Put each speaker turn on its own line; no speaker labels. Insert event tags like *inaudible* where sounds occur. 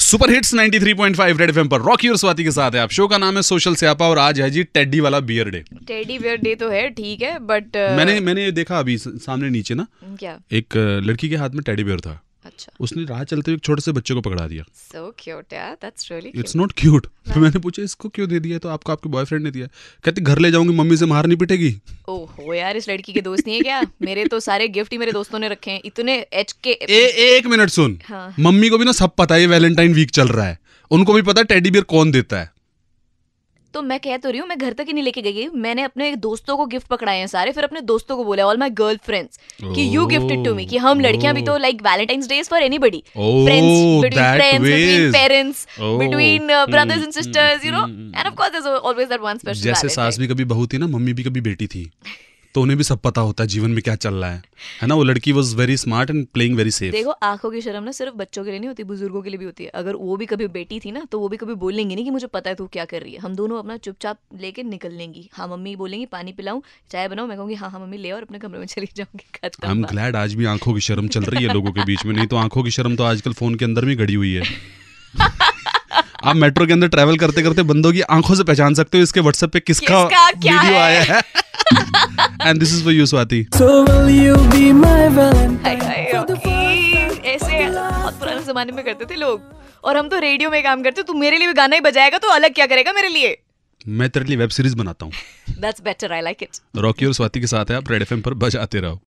Super hits 93.5 red FM पर Rocky और स्वाति के साथ है आप शो का नाम है सोशल स्यापा और आज है जी टेडी वाला bear day
teddy bear day तो है ठीक है बट
मैंने मैंने ये देखा अभी स- सामने नीचे ना
क्या
एक अ, लड़की के हाथ में टेडी बियर था
अच्छा
उसने राह चलते हुए एक छोटे से बच्चे को पकड़ा दिया
सो क्यूट यार that's really
it's not cute तो मैंने पूछा इसको क्यों दे दिया तो आपको आपके बॉयफ्रेंड ने दिया कहते घर ले जाऊंगी मम्मी से मार नहीं पिटेगी
ओहो यार इस लड़की के दोस्त नहीं
*laughs*
है क्या मेरे तो सारे गिफ्ट ही मेरे दोस्तों ने रखे हैं इतने एच के
ए, एक मिनट सुन
हाँ।
मम्मी को भी ना सब पता है वैलेंटाइन वीक चल रहा है उनको भी पता है टेडी बियर कौन देता है
तो मैं कह तो रही हूँ मैं घर तक ही नहीं लेके गई मैंने अपने दोस्तों को गिफ्ट पकड़ाए हैं सारे फिर अपने दोस्तों को बोला ऑल माय गर्लफ्रेंड्स कि यू गिफ्टेड टू मी कि हम लड़कियां भी तो like Valentine's days for anybody
Oh,
friends between
that
friends between
ways.
Parents
Oh,
between brothers
mm,
and
mm,
sisters you know
mm, mm.
And of course there is always that one special
जैसे सास भी कभी बहू थी ना mummy भी कभी बेटी थी तो उन्हें भी सब पता होता है जीवन में क्या चल रहा है है ना वो लड़की was very smart and playing very safe
देखो आंखों की शर्म ना सिर्फ बच्चों के लिए नहीं होती बुजुर्गों के लिए भी होती है अगर वो भी कभी बेटी थी ना तो वो भी कभी बोलेंगे नहीं कि मुझे पता है तू क्या कर रही है हम दोनों अपना चुपचाप लेके निकल लेंगी हाँ मम्मी बोलेंगी पानी पिलाऊं चाय बनाऊं मैं कहूंगी हाँ हाँ मम्मी ले आओ और अपने कमरे में चली जाऊंगी
आई एम
खत्म बात।
ग्लैड आज भी आंखों की शर्म चल रही है लोगों के बीच में नहीं तो आंखों की शर्म तो आजकल फोन के अंदर भी गड़ी हुई है आप मेट्रो के अंदर ट्रैवल करते करते बंदों की आंखों से पहचान सकते हो इसके व्हाट्सएप पे किसका
किसका क्या
वीडियो
है?
आया है and this is for you Swati
So will you be my
hi,
valentine?
Hi, Rocky. ऐसे बहुत पुराने जमाने में करते थे लोग और हम तो रेडियो में काम करते तू मेरे लिए भी गाना ही बजाएगा तो अलग क्या करेगा मेरे लिए
मैं तेरे लिए वेब सीरीज बनाता हूँ
that's better I like it
Rocky और स्वाति के साथ है आप रेड एफ पर बजाते रहो